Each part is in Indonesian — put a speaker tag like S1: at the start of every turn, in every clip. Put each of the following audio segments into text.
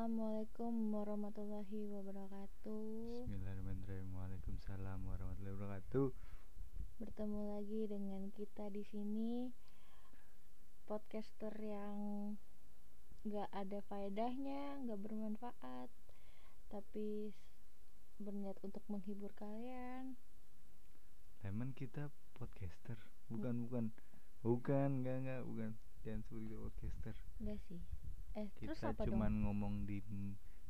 S1: Assalamualaikum warahmatullahi wabarakatuh.
S2: Bismillahirrahmanirrahim. Waalaikumsalam warahmatullahi wabarakatuh.
S1: Bertemu lagi dengan kita di sini podcaster yang nggak ada faedahnya, nggak bermanfaat, tapi s- berniat untuk menghibur kalian.
S2: Lemon kita podcaster,
S1: Hmm.
S2: bukan bukan bukan enggak enggak bukan jangan sebut kita podcaster.
S1: Enggak sih. Eh, terus
S2: Kita
S1: apa dong?
S2: cuman ngomong di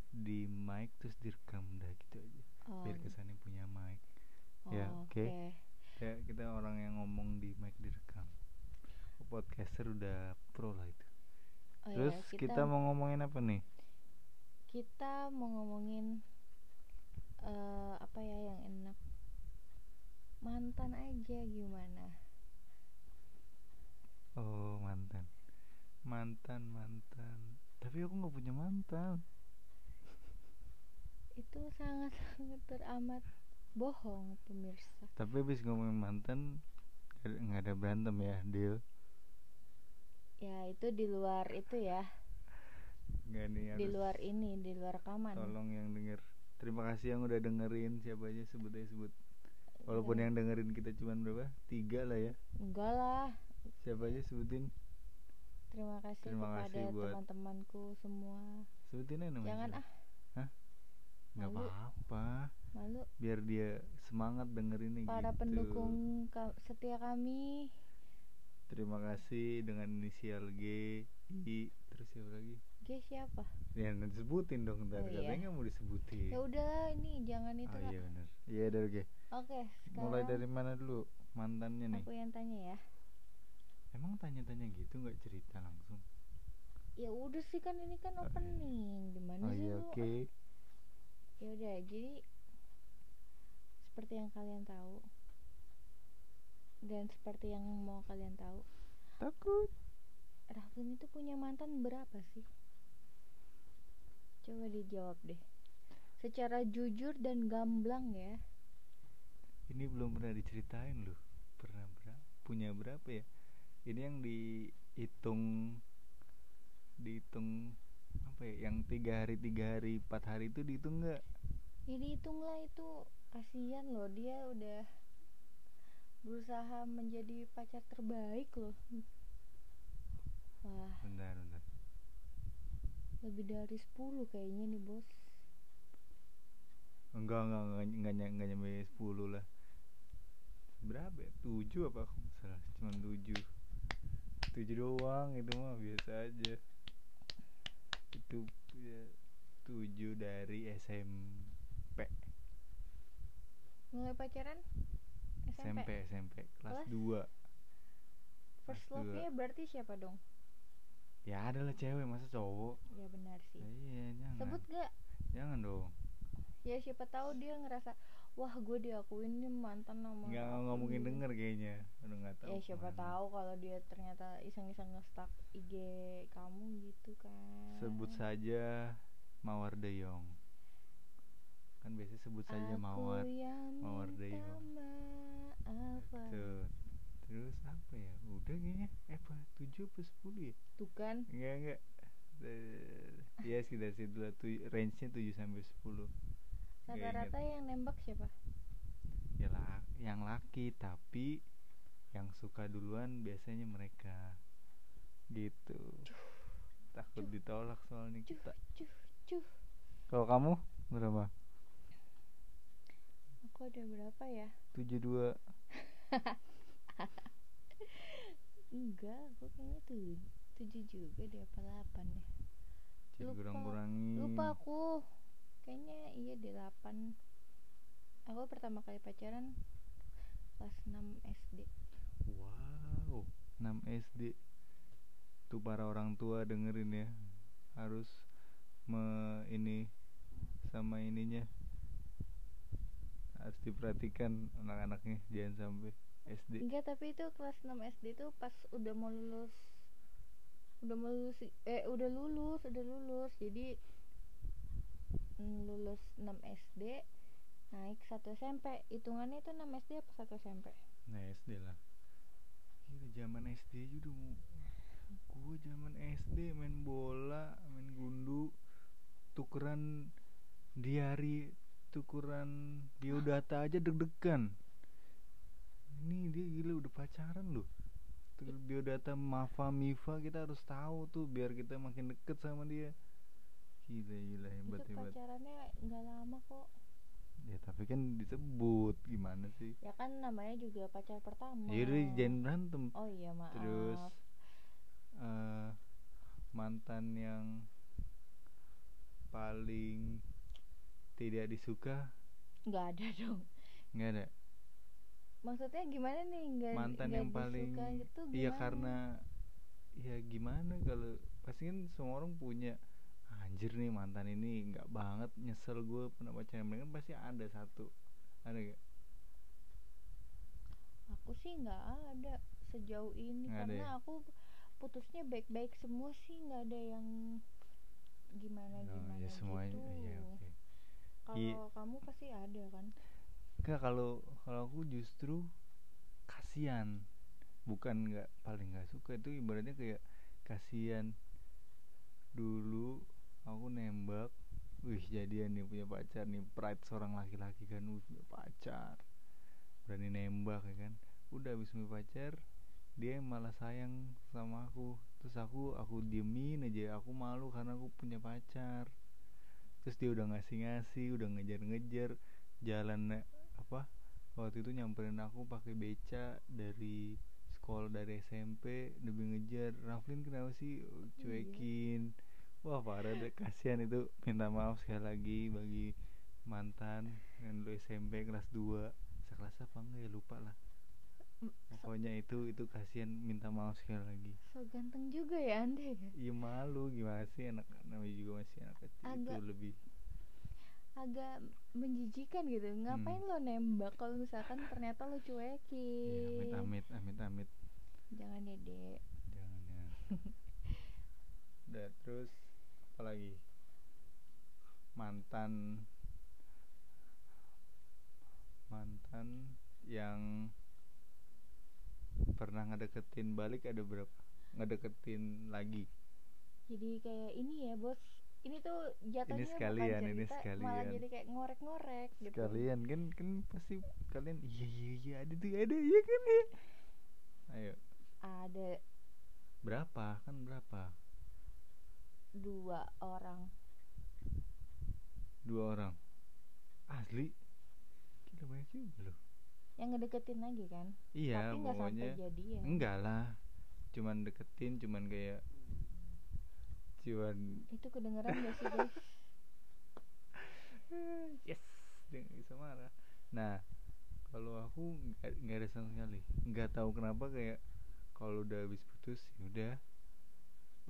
S2: di mic terus direkam dah gitu aja.
S1: Oh,
S2: Biar kesannya punya mic.
S1: oh,
S2: ya, oke. Ya, kita orang yang ngomong di mic direkam. Podcaster udah pro lah itu.
S1: Oh
S2: terus
S1: ya,
S2: kita, mau ngomongin apa nih?
S1: kita mau ngomongin eh, apa ya yang enak mantan aja gimana
S2: Oh, mantan. Mantan, mantan. Tapi aku nggak punya mantan.
S1: itu sangat sangat teramat bohong pemirsa
S2: Tapi abis ngomongin mantan ada- nggak ada berantem ya, deal.
S1: ya itu di luar itu ya
S2: Nggak nih
S1: di
S2: harus-
S1: luar ini di luar rekaman
S2: Ya, Tolong yang denger. Terima kasih yang udah dengerin siapa aja sebut aja sebut. Walaupun
S1: Iya.
S2: yang dengerin kita cuman berapa? Tiga lah ya.
S1: enggak lah
S2: Siapa aja sebutin?
S1: terima kasih
S2: Terima
S1: kepada
S2: kasih buat-
S1: teman-temanku semua
S2: Sebutin aja namanya.
S1: jangan
S2: siapa.
S1: ah
S2: Nggak
S1: malu.
S2: apa-apa.
S1: malu
S2: Biar dia semangat dengerinnya
S1: para
S2: gitu.
S1: pendukung ka- setia kami
S2: Terima kasih dengan inisial G, I, terus siapa lagi?
S1: G siapa
S2: Ya nanti sebutin dong ntar
S1: Oh, iya.
S2: katanya nggak mau disebutin.
S1: ya udah ini jangan itu
S2: Ah,
S1: lah.
S2: iya benar. Iya dari G.
S1: oke sekarang
S2: Mulai dari mana dulu mantannya nih?
S1: aku yang tanya ya
S2: Emang tanya-tanya gitu nggak cerita langsung?
S1: ya udah sih kan ini kan
S2: Oh, iya.
S1: opening gimana
S2: Oh
S1: sih
S2: iya
S1: lu
S2: oke.
S1: ya udah jadi seperti yang kalian tahu dan seperti yang mau kalian tahu
S2: Takut.
S1: Raffin itu punya mantan berapa sih coba dijawab deh secara jujur dan gamblang ya
S2: Ini belum pernah diceritain loh. Pernah berapa? Punya berapa ya? Ini yang dihitung dihitung apa ya? Yang tiga hari tiga hari empat hari itu dihitung nggak?
S1: ini hitunglah itu kasihan loh dia udah berusaha menjadi pacar terbaik loh wah
S2: Bentar bentar.
S1: lebih dari 10 kayaknya nih bos
S2: Enggak enggak enggak enggak, ny- enggak nyampe sepuluh lah. Berapa? Ya? Tujuh apa aku nggak salah? Cuman tujuh. Tujuh doang itu mah biasa aja. Itu ya, tujuh dari SMP
S1: mulai pacaran SMP,
S2: SMP SMP
S1: Kelas?
S2: kelas 2
S1: first
S2: kelas
S1: love
S2: dua.
S1: nya berarti siapa dong
S2: ya ada lah cewek masa cowok
S1: ya benar sih
S2: Ya iya jangan
S1: sebut gak
S2: jangan dong
S1: ya siapa tahu dia ngerasa wah gue diakuin nih mantan sama
S2: nggak
S1: aku
S2: nggak mungkin
S1: gitu."
S2: denger kayaknya aduh nggak tahu
S1: ya siapa
S2: kemana.
S1: tahu kalau dia ternyata iseng-iseng nge-stalk IG kamu gitu kan
S2: sebut saja Mawar De Jong kan biasanya sebut saja
S1: Aku
S2: Mawar
S1: yang
S2: Mawar
S1: minta
S2: Dewa.
S1: maaf
S2: Tuh. Gitu. terus apa ya udah kayaknya eh apa tujuh apa sepuluh ya
S1: tuh kan
S2: enggak enggak Eh, ya sih dari situ lah tuj- range-nya 7 sampai 10 Nggak ingat.
S1: rata-rata yang nembak siapa
S2: ya la- yang laki tapi yang suka duluan biasanya mereka gitu takut
S1: Cuh.
S2: ditolak soalnya
S1: Cuh.
S2: kita
S1: cuh cuh
S2: kalau kamu berapa
S1: aku ada berapa ya
S2: 72
S1: enggak aku kayaknya tuh tujuh juga deh apa delapan ya
S2: jadi
S1: Lupa.
S2: kurang kurangin
S1: lupa aku kayaknya iya delapan aku pertama kali pacaran kelas 6 SD
S2: wow 6 SD tuh para orang tua dengerin ya harus me ini sama ininya harus diperhatikan anak-anaknya jangan sampai SD
S1: enggak tapi itu kelas 6 SD tuh pas udah mau lulus udah mau lulus eh udah lulus udah lulus jadi mm, lulus 6 SD naik satu SMP hitungannya itu 6 SD apa satu SMP
S2: Nah SD lah Gila Iya, zaman SD aja udah mau Gue zaman SD main bola Main gundu tukeran diari tukeran biodata aja deg-degan ini dia gila udah pacaran loh Tuh, biodata Mafa Mifa kita harus tahu tuh biar kita makin deket sama dia gila gila hebat
S1: itu
S2: hebat
S1: pacarannya nggak lama kok
S2: ya tapi kan disebut gimana sih
S1: ya kan namanya juga pacar pertama
S2: ya udah jangan berantem
S1: oh iya maaf
S2: terus eh, mantan yang paling tidak disuka
S1: nggak ada dong
S2: nggak ada
S1: maksudnya gimana nih nggak
S2: mantan
S1: nggak
S2: yang paling
S1: disuka gitu
S2: iya
S1: gimana?
S2: karena ya gimana kalau pasti kan semua orang punya "Ah, anjir nih mantan ini nggak banget nyesel gue pernah pacaran mereka pasti ada satu ada gak?
S1: aku sih nggak ada sejauh ini
S2: Nggak ada
S1: karena
S2: ya?
S1: aku putusnya baik-baik semua sih nggak ada yang gimana gimana
S2: ya semuanya
S1: gitu
S2: ya oke Iya.
S1: kalau kamu pasti ada kan
S2: Nggak, kalau kalau aku justru kasihan bukan nggak paling nggak suka itu ibaratnya kayak kasihan dulu aku nembak wih jadian nih punya pacar nih pride seorang laki-laki kan wih, punya pacar berani nembak ya kan udah habis punya pacar dia malah sayang sama aku terus aku aku diemin aja aku malu karena aku punya pacar terus dia udah ngasih-ngasih udah ngejar-ngejar jalan eh, apa waktu itu nyamperin aku pakai beca dari sekolah dari SMP lebih ngejar Raflin kenapa sih cuekin wah parah deh kasihan itu minta maaf sekali lagi bagi mantan yang dulu SMP kelas 2 sekelas apa enggak ya lupa lah
S1: M- so,
S2: pokoknya itu itu kasihan minta maaf sekali lagi
S1: so ganteng juga ya anda ya
S2: iya malu gimana sih anak namanya juga masih anak kecil itu
S1: Agak-
S2: lebih
S1: agak menjijikan gitu
S2: Hmm.
S1: ngapain lo nembak kalau misalkan ternyata lo
S2: ya,
S1: cuekin
S2: amit amit amit amit
S1: jangan ya dek
S2: jangan ya udah terus apalagi mantan mantan yang pernah ngedeketin balik ada berapa ngedeketin lagi
S1: jadi kayak ini ya bos ini tuh jatuhnya bukan
S2: sekalian, ini
S1: cerita, malah
S2: sekalian.
S1: jadi kayak ngorek-ngorek gitu
S2: kalian kan kan pasti kalian iya iya iya ada tuh ada iya kan ya ayo
S1: ada
S2: berapa kan berapa
S1: dua orang
S2: dua orang asli kita banyak juga loh
S1: yang ngedeketin lagi kan
S2: iya
S1: tapi nggak sampai ya.
S2: pokoknya
S1: jadian
S2: enggak lah cuman deketin cuman kayak cuman
S1: itu kedengeran gak sih guys
S2: yes dia nggak bisa marah nah kalau aku nggak- nggak ada sama sekali nggak tahu kenapa kayak kalau udah habis putus ya udah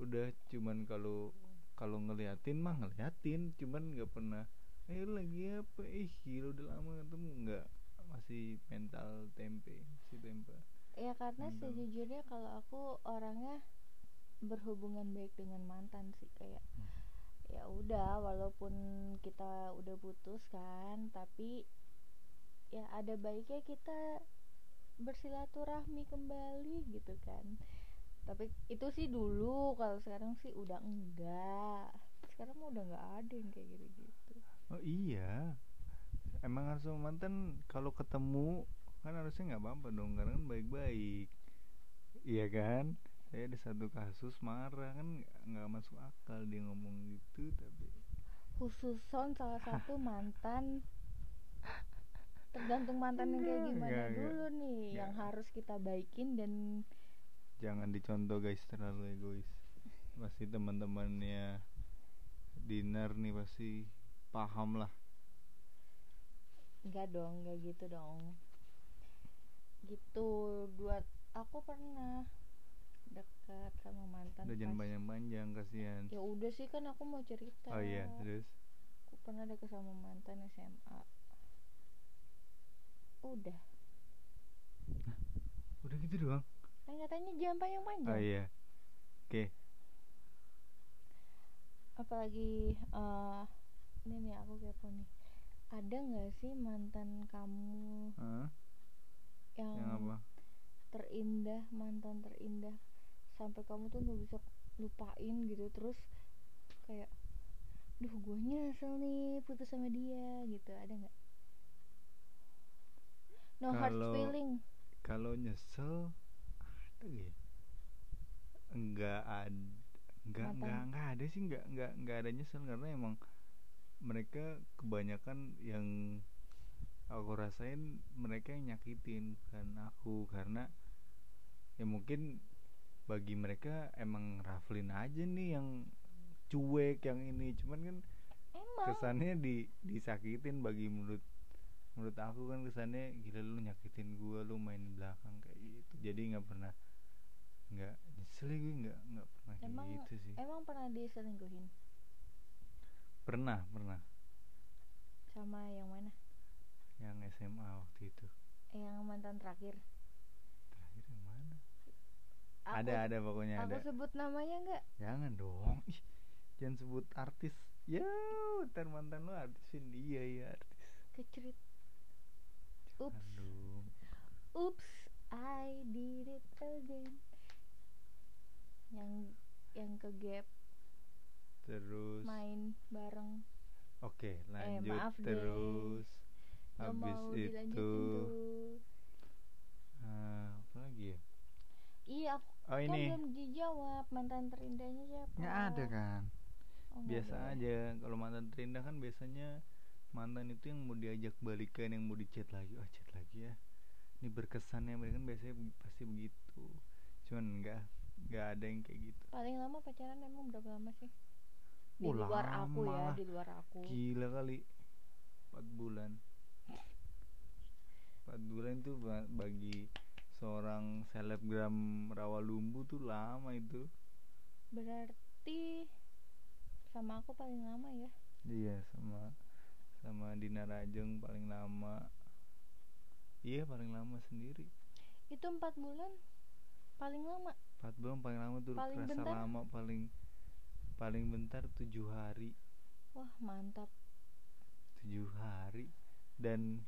S2: udah cuman kalau kalau ngeliatin mah ngeliatin cuman nggak pernah eh lu lagi apa ih gila udah lama nggak ketemu nggak masih mental tempe masih tempe
S1: ya karena
S2: Mantap.
S1: sejujurnya kalau aku orangnya berhubungan baik dengan mantan sih kayak
S2: Hmm.
S1: ya udah walaupun kita udah putus kan tapi ya ada baiknya kita bersilaturahmi kembali gitu kan tapi itu sih dulu kalau sekarang sih udah enggak sekarang mah udah enggak ada yang kayak gitu gitu
S2: Oh iya, emang harus sama mantan kalau ketemu kan harusnya nggak apa-apa dong karena kan baik-baik, iya kan? Saya ada satu kasus marah kan nggak- nggak masuk akal dia ngomong gitu tapi
S1: khusus sound salah satu mantan tergantung mantan yang kayak
S2: Enggak,
S1: gimana
S2: enggak, enggak.
S1: dulu nih yang
S2: Enggak.
S1: harus kita baikin dan
S2: jangan dicontoh guys terlalu egois. Pasti teman-temannya dinner nih pasti paham lah.
S1: enggak dong enggak gitu dong gitu dua aku pernah dekat sama mantan
S2: Udah jangan
S1: pas-
S2: panjang-panjang kasihan.
S1: ya udah sih kan aku mau cerita
S2: Oh iya terus
S1: aku pernah dekat sama mantan SMA udah
S2: udah gitu doang.
S1: kan katanya jangan panjang-panjang
S2: Oh iya, oke
S1: apalagi eh ini nih aku kepo nih ada nggak sih mantan kamu
S2: Hah?
S1: yang,
S2: yang apa?
S1: terindah mantan terindah sampai kamu tuh nggak bisa lupain gitu terus kayak duh guanya nyesel nih putus sama dia gitu ada nggak no hard
S2: Kalau-
S1: feeling
S2: kalau nyesel ada gak ya nggak ada nggak
S1: Kenapa?
S2: nggak nggak ada sih nggak nggak nggak ada nyesel karena emang mereka kebanyakan yang aku rasain mereka yang nyakitin bukan aku karena ya mungkin bagi mereka emang Raflin aja nih yang cuek yang ini cuman kan
S1: emang
S2: kesannya di disakitin bagi menurut menurut aku kan kesannya gila lu nyakitin gua lu main di belakang kayak gitu jadi nggak pernah nggak nyesel ya gue nggak nggak pernah kayak
S1: Emang-
S2: gitu sih
S1: emang pernah diselingkuhin
S2: pernah pernah
S1: sama yang mana Eh,
S2: yang SMA waktu itu
S1: yang mantan terakhir
S2: terakhir yang mana
S1: Aku-
S2: ada ada pokoknya
S1: aku
S2: ada
S1: sebut namanya nggak
S2: jangan dong Ih, jangan sebut artis ya ntar mantan lu artisin dia ya artis
S1: kecerit ups
S2: aduh
S1: Oops, I did it again. Yang yang ke gap
S2: terus
S1: main bareng.
S2: Oke, lanjut
S1: maaf, Dek.
S2: terus.
S1: Gak
S2: Habis
S1: mau dilanjutin
S2: itu
S1: tuh.
S2: eh, apa lagi ya?
S1: Iya, aku
S2: Oh
S1: kan
S2: ini.
S1: belum dijawab mantan terindahnya siapa?
S2: Nggak ada kan.
S1: Oh, nggak
S2: Biasa
S1: ada.
S2: aja. Kalau mantan terindah kan biasanya mantan itu yang mau diajak balikan, yang mau dicat lagi. Oh, chat lagi ya. Ini berkesannya mereka kan biasanya be- pasti begitu. Cuman enggak enggak ada yang kayak gitu.
S1: Paling lama pacaran emang berapa lama sih? Di
S2: Oh,
S1: luar aku
S2: lama
S1: ya,
S2: lah.
S1: di luar aku.
S2: Gila kali 4 bulan 4 bulan itu ba- bagi seorang selebgram Rawalumbu tuh lama itu
S1: Berarti sama aku paling lama ya.
S2: Iya sama sama Dina Rajeng paling lama Iya paling lama sendiri
S1: Itu empat bulan paling lama.
S2: 4 bulan paling lama tuh
S1: Paling
S2: kerasa
S1: bentar.
S2: lama paling paling bentar 7 hari
S1: Wah, mantap.
S2: 7 hari dan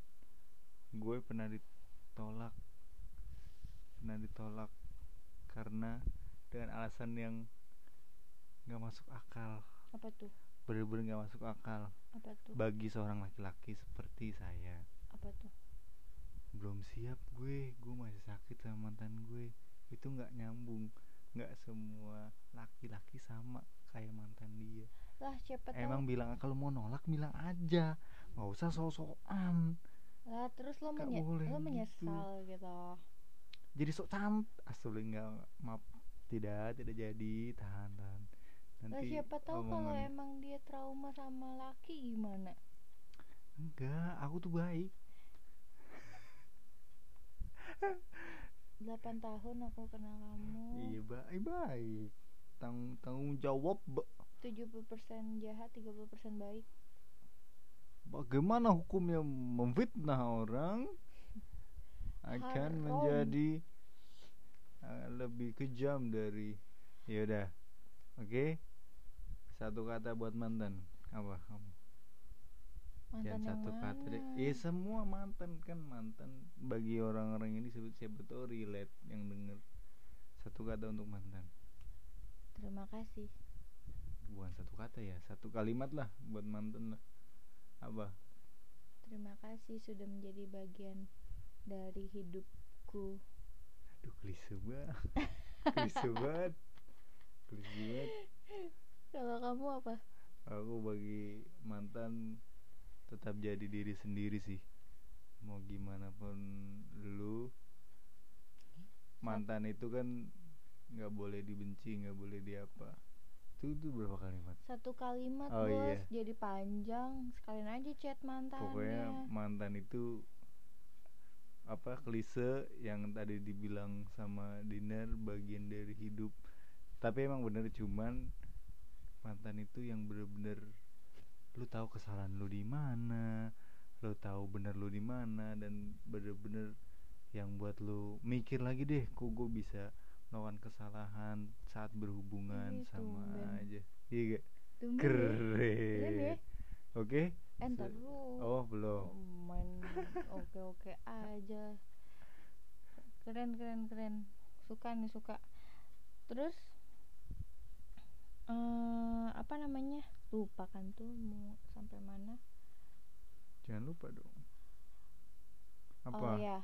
S2: gue pernah ditolak pernah ditolak karena dengan alasan yang nggak masuk akal
S1: Apa tuh?
S2: bener-bener nggak masuk akal
S1: Apa tuh?
S2: bagi seorang laki-laki seperti saya
S1: Apa tuh?
S2: belum siap gue gue masih sakit sama mantan gue itu nggak nyambung nggak semua laki-laki sama kayak mantan dia
S1: Lah, siapa tahu
S2: emang bilang kalau mau nolak bilang aja nggak usah sok-sokan
S1: lah terus lo,
S2: Gak
S1: menye-
S2: boleh
S1: lo
S2: gitu.
S1: menyesal gitu
S2: jadi sok camp asli nggak maaf tidak tidak jadi tahan tahan
S1: lah
S2: nanti
S1: siapa tahu kalau
S2: omongan-
S1: emang dia trauma sama laki gimana
S2: enggak aku tuh baik
S1: 8 tahun aku kenal kamu
S2: iya baik baik tanggung tanggung jawab ba-
S1: 70% jahat 30% baik
S2: bagaimana hukumnya memfitnah orang akan
S1: Haram.
S2: menjadi uh, lebih kejam dari ya udah oke satu kata buat mantan apa kamu
S1: mantan
S2: Jangan
S1: yang
S2: satu
S1: mana
S2: kata deh. Ya semua mantan kan mantan bagi orang-orang ini disebut siapa tahu relate yang denger. Satu kata untuk mantan.
S1: terima kasih
S2: Bukan satu kata ya, satu kalimat lah buat mantan lah. Apa?
S1: terima kasih sudah menjadi bagian dari hidupku
S2: Aduh klise banget. klise banget. Klise banget.
S1: kalau kamu apa
S2: Aku bagi mantan tetap jadi diri sendiri sih. Mau gimana pun lu mantan itu kan nggak boleh dibenci, nggak boleh diapa. Itu tuh berapa kalimat?
S1: satu kalimat
S2: Oh,
S1: bos
S2: iya.
S1: jadi panjang sekalian aja chat mantannya
S2: Pokoknya mantan itu apa klise yang tadi dibilang sama Dinar bagian dari hidup. Tapi emang bener cuman mantan itu yang bener-bener lu tahu kesalahan lu di mana, lu tahu bener lu di mana dan bener-bener yang buat lu mikir lagi deh kok gue bisa melakukan kesalahan saat berhubungan
S1: Ih,
S2: sama
S1: tumben.
S2: aja. Iya gak?
S1: Tunggu ya.
S2: Keren.
S1: ya.
S2: Oke.
S1: Eh, ntar
S2: Se-
S1: dulu
S2: Oh belum.
S1: main oke oke aja keren keren keren suka nih suka terus eh apa namanya lupa kan tuh mau sampai mana
S2: jangan lupa dong apa
S1: oh ya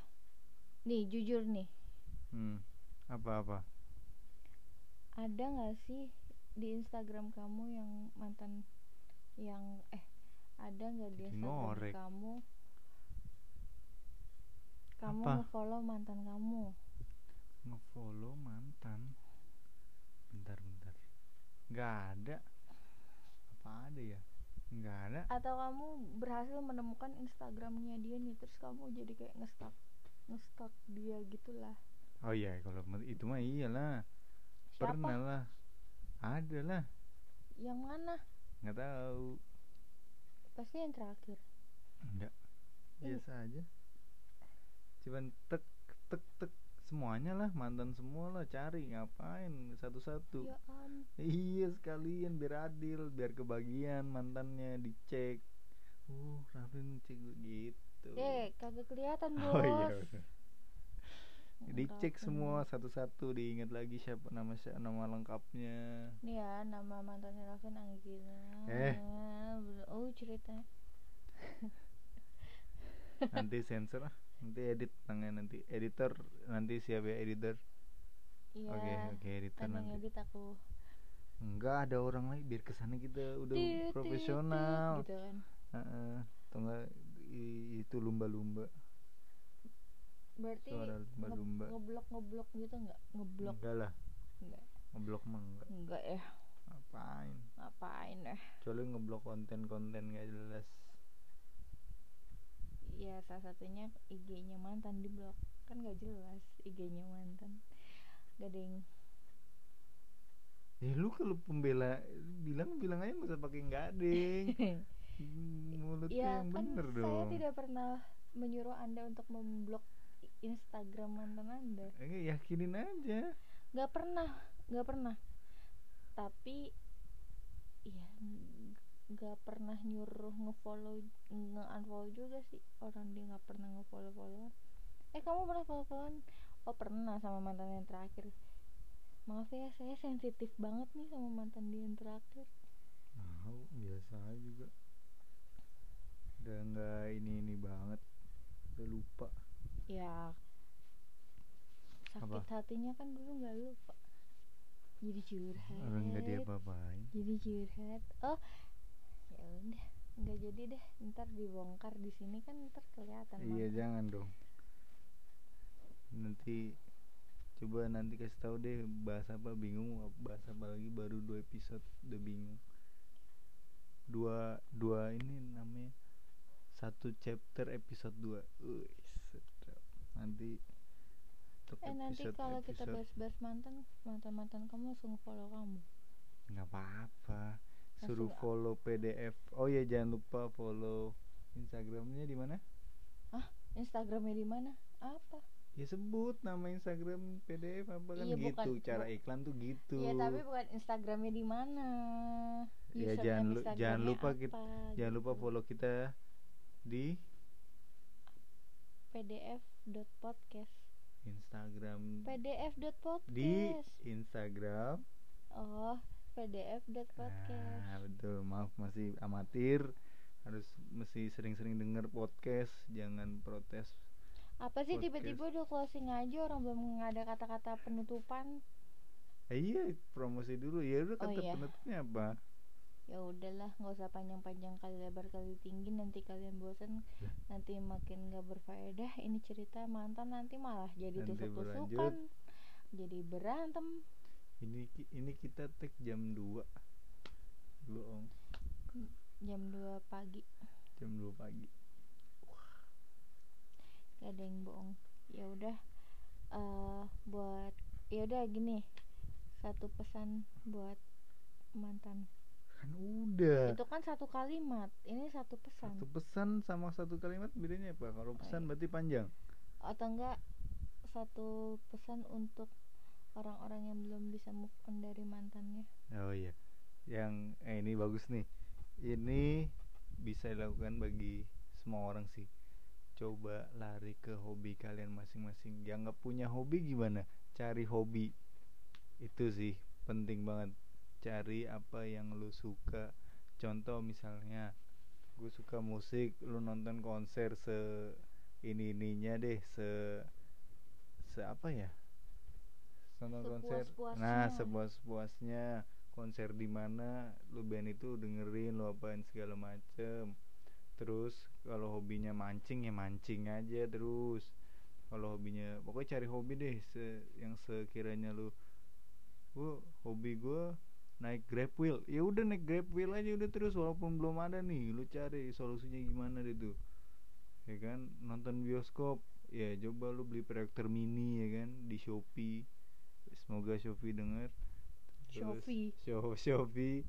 S1: nih jujur nih
S2: hmm. apa apa
S1: ada nggak sih di Instagram kamu yang mantan yang eh ada nggak di
S2: Jadi
S1: Instagram
S2: ngorek.
S1: kamu kamu
S2: Apa?
S1: follow mantan kamu
S2: ngefollow mantan bentar bentar nggak ada apa ada ya nggak ada
S1: atau kamu berhasil menemukan Instagramnya dia nih terus kamu jadi kayak ngestak ngestak dia gitulah
S2: oh iya kalau men- itu mah iyalah
S1: siapa
S2: pernah lah ada lah
S1: yang mana
S2: nggak tahu
S1: pasti yang terakhir
S2: enggak
S1: Iya.
S2: biasa aja cuman tek tek tek semuanya lah mantan semua lah cari ngapain satu-satu
S1: ya ampun
S2: iya sekalian biar adil biar kebagian mantannya dicek uh Raven cek gue gitu
S1: eh kagak kelihatan bos
S2: oh iya udah.
S1: Nggak
S2: dicek
S1: kelihatan.
S2: semua satu-satu diingat lagi siapa nama siapa nama lengkapnya
S1: Nih ya nama mantannya Raven Anggina.
S2: Eh.
S1: Oh ceritanya.
S2: nanti sensor ah nanti edit tangan nanti editor nanti siapa ya editor
S1: Iya.
S2: oke oke editor
S1: Kan yang
S2: nanti
S1: edit aku.
S2: Enggak ada orang lagi biar kesana kita udah
S1: Tit, tit, tit,
S2: profesional.
S1: Gitu kan.
S2: Heeh. Atau enggak i- itu lumba-lumba
S1: Berarti
S2: Suara lumba-lumba.
S1: nge- ngeblok-ngeblok gitu enggak? Ngeblok
S2: Enggak lah,
S1: enggak?
S2: ngeblok mah enggak.
S1: Enggak ya.
S2: Ngapain?
S1: Ngapain eh?
S2: Kecuali ngeblok konten-konten gak jelas.
S1: Ya salah satunya IG-nya mantan di blok. Kan gak jelas IG-nya mantan. Gak ada yang
S2: Eh lu kalau pembela bilang bilang aja nggak usah pakai gading. Mulutnya
S1: Ya
S2: yang
S1: kan
S2: bener
S1: saya
S2: dong.
S1: tidak pernah menyuruh Anda untuk memblok Instagram mantan Anda.
S2: Enggak yakinin aja.
S1: nggak pernah nggak pernah tapi ya ng- nggak pernah nyuruh ngefollow nge unfollow juga sih orang dia nggak pernah ngefollow followan eh kamu pernah follow followan oh pernah sama mantan yang terakhir maaf ya saya sensitif banget nih sama mantan dia yang terakhir
S2: Tahu biasa aja juga. Udah enggak ini-ini banget. Udah lupa.
S1: ya sakit hatinya kan dulu nggak lupa jadi curhat
S2: Orang enggak dia apa-apain.
S1: jadi curhat oh ya udah nggak jadi deh ntar dibongkar di sini kan ntar kelihatan
S2: Iya
S1: mantan.
S2: jangan dong. Nanti coba nanti kasih tahu deh bahas apa bingung bahas apa lagi baru dua episode udah bingung. Dua dua ini namanya satu chapter episode dua. Wih, sedap. Nanti untuk
S1: eh nanti
S2: episode-
S1: kalau kita
S2: episode-
S1: bahas-bahas mantan mantan mantan kamu langsung follow kamu
S2: nggak apa-apa.
S1: Langsung
S2: Suruh
S1: up.
S2: follow PDF. Oh ya jangan lupa follow Instagramnya di mana?
S1: instagramnya di mana apa
S2: ya sebut nama Instagram PDF apa kan
S1: Iya,
S2: gitu
S1: bukan-
S2: cara
S1: bu-
S2: iklan tuh gitu
S1: ya tapi bukan instagramnya di mana
S2: Ya,
S1: Username
S2: jangan lu-
S1: Instagramnya
S2: jangan lupa
S1: apa,
S2: kita- jangan lupa
S1: gitu.
S2: follow kita di
S1: pdf.podcast
S2: Instagram
S1: pdf.podcast
S2: di Instagram
S1: oh pdf.podcast
S2: nah betul maaf masih amatir harus mesti sering-sering denger podcast jangan protes
S1: apa sih
S2: podcast.
S1: tiba-tiba udah closing aja orang belum ada kata-kata penutupan
S2: Eh, iya promosi dulu ya udah
S1: Oh,
S2: kata
S1: iya.
S2: penutupnya apa
S1: ya udahlah nggak usah panjang-panjang kali lebar kali tinggi nanti kalian bosan
S2: Lah.
S1: nanti makin nggak berfaedah ini cerita mantan nanti malah jadi
S2: Nanti
S1: tusuk-tusukan jadi berantem
S2: ini ki- ini kita tag jam 2 lu om
S1: jam 2 pagi
S2: jam 2 pagi
S1: gak ada yang bohong ya udah eh buat ya udah gini satu pesan buat mantan
S2: kan udah
S1: itu kan satu kalimat ini satu pesan
S2: Satu pesan sama satu kalimat bedanya apa? Kalau pesan
S1: iya.
S2: berarti panjang.
S1: atau enggak satu pesan untuk orang-orang yang belum bisa move on dari mantannya
S2: Oh iya. Yang eh, ini bagus nih. Ini bisa dilakukan bagi semua orang sih. Coba lari ke hobi kalian masing-masing. Yang nggak punya hobi gimana? Cari hobi. Itu sih penting banget. Cari apa yang lu suka, contoh misalnya gue suka musik lu nonton konser se ini ininya deh se se apa ya nonton konser
S1: Sepuas-puasnya.
S2: nah sepuas puasnya konser di mana lu band itu dengerin lu apain segala macem terus kalau hobinya mancing ya mancing aja terus kalau hobinya pokoknya cari hobi deh se- yang sekiranya lu gua hobi gua naik grab wheel ya udah naik grab wheel aja udah terus walaupun belum ada nih lu cari solusinya gimana deh tuh ya kan nonton bioskop ya coba lu beli proyektor mini ya kan di shopee semoga shopee denger Terus,
S1: Shopee.
S2: Sho- shopee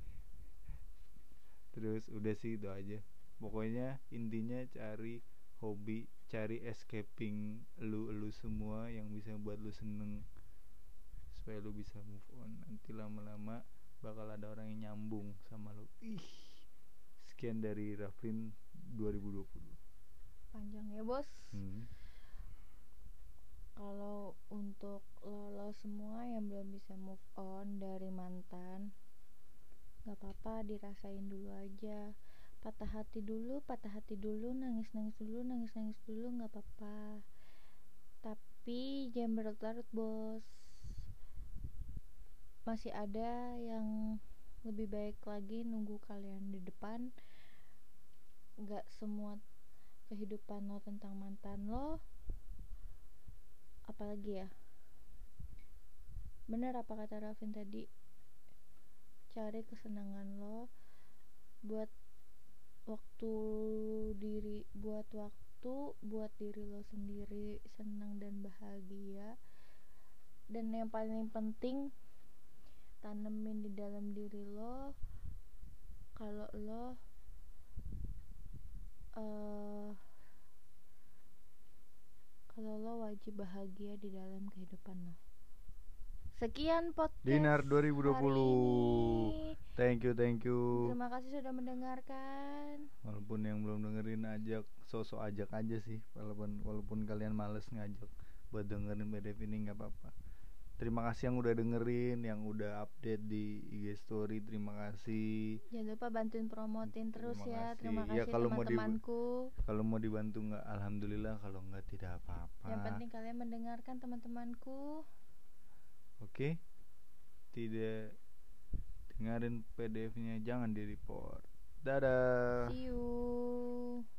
S2: terus udah sih itu aja pokoknya intinya cari hobi cari escaping lu lu semua yang bisa buat lu seneng supaya lu bisa move on nanti lama-lama bakal ada orang yang nyambung sama lu ih sekian dari Raflin 2020
S1: panjang ya bos
S2: hmm.
S1: kalau untuk lo, lo semua yang belum bisa move on dari mantan nggak apa-apa dirasain dulu aja patah hati dulu patah hati dulu nangis nangis dulu nangis nangis dulu nggak apa-apa tapi jangan berlarut-larut bos masih ada yang lebih baik lagi nunggu kalian di depan nggak semua kehidupan lo tentang mantan lo apalagi ya bener apa kata Rafin tadi cari kesenangan lo buat waktu diri buat waktu buat diri lo sendiri senang dan bahagia dan yang paling penting tanemin di dalam diri lo kalau lo eh kalau lo wajib bahagia di dalam kehidupan lo. Sekian podcast
S2: Dinar
S1: hari
S2: 2020.
S1: ini.
S2: thank you thank you
S1: Terima kasih sudah mendengarkan.
S2: walaupun yang belum dengerin ajak sosok ajak aja sih walaupun walaupun kalian males ngajak buat dengerin PDF ini nggak apa-apa terima kasih yang udah dengerin yang udah update di IG story terima kasih
S1: Jangan lupa bantuin promotin
S2: Terima
S1: terus ya. Terima
S2: kasih. Ya,
S1: kasih
S2: kalau mau di-
S1: teman-temanku.
S2: kalau mau dibantu nggak alhamdulillah kalau nggak tidak apa-apa
S1: Yang penting kalian mendengarkan teman-temanku.
S2: oke tidak dengerin PDF-nya jangan di report Eh. dadah
S1: See you.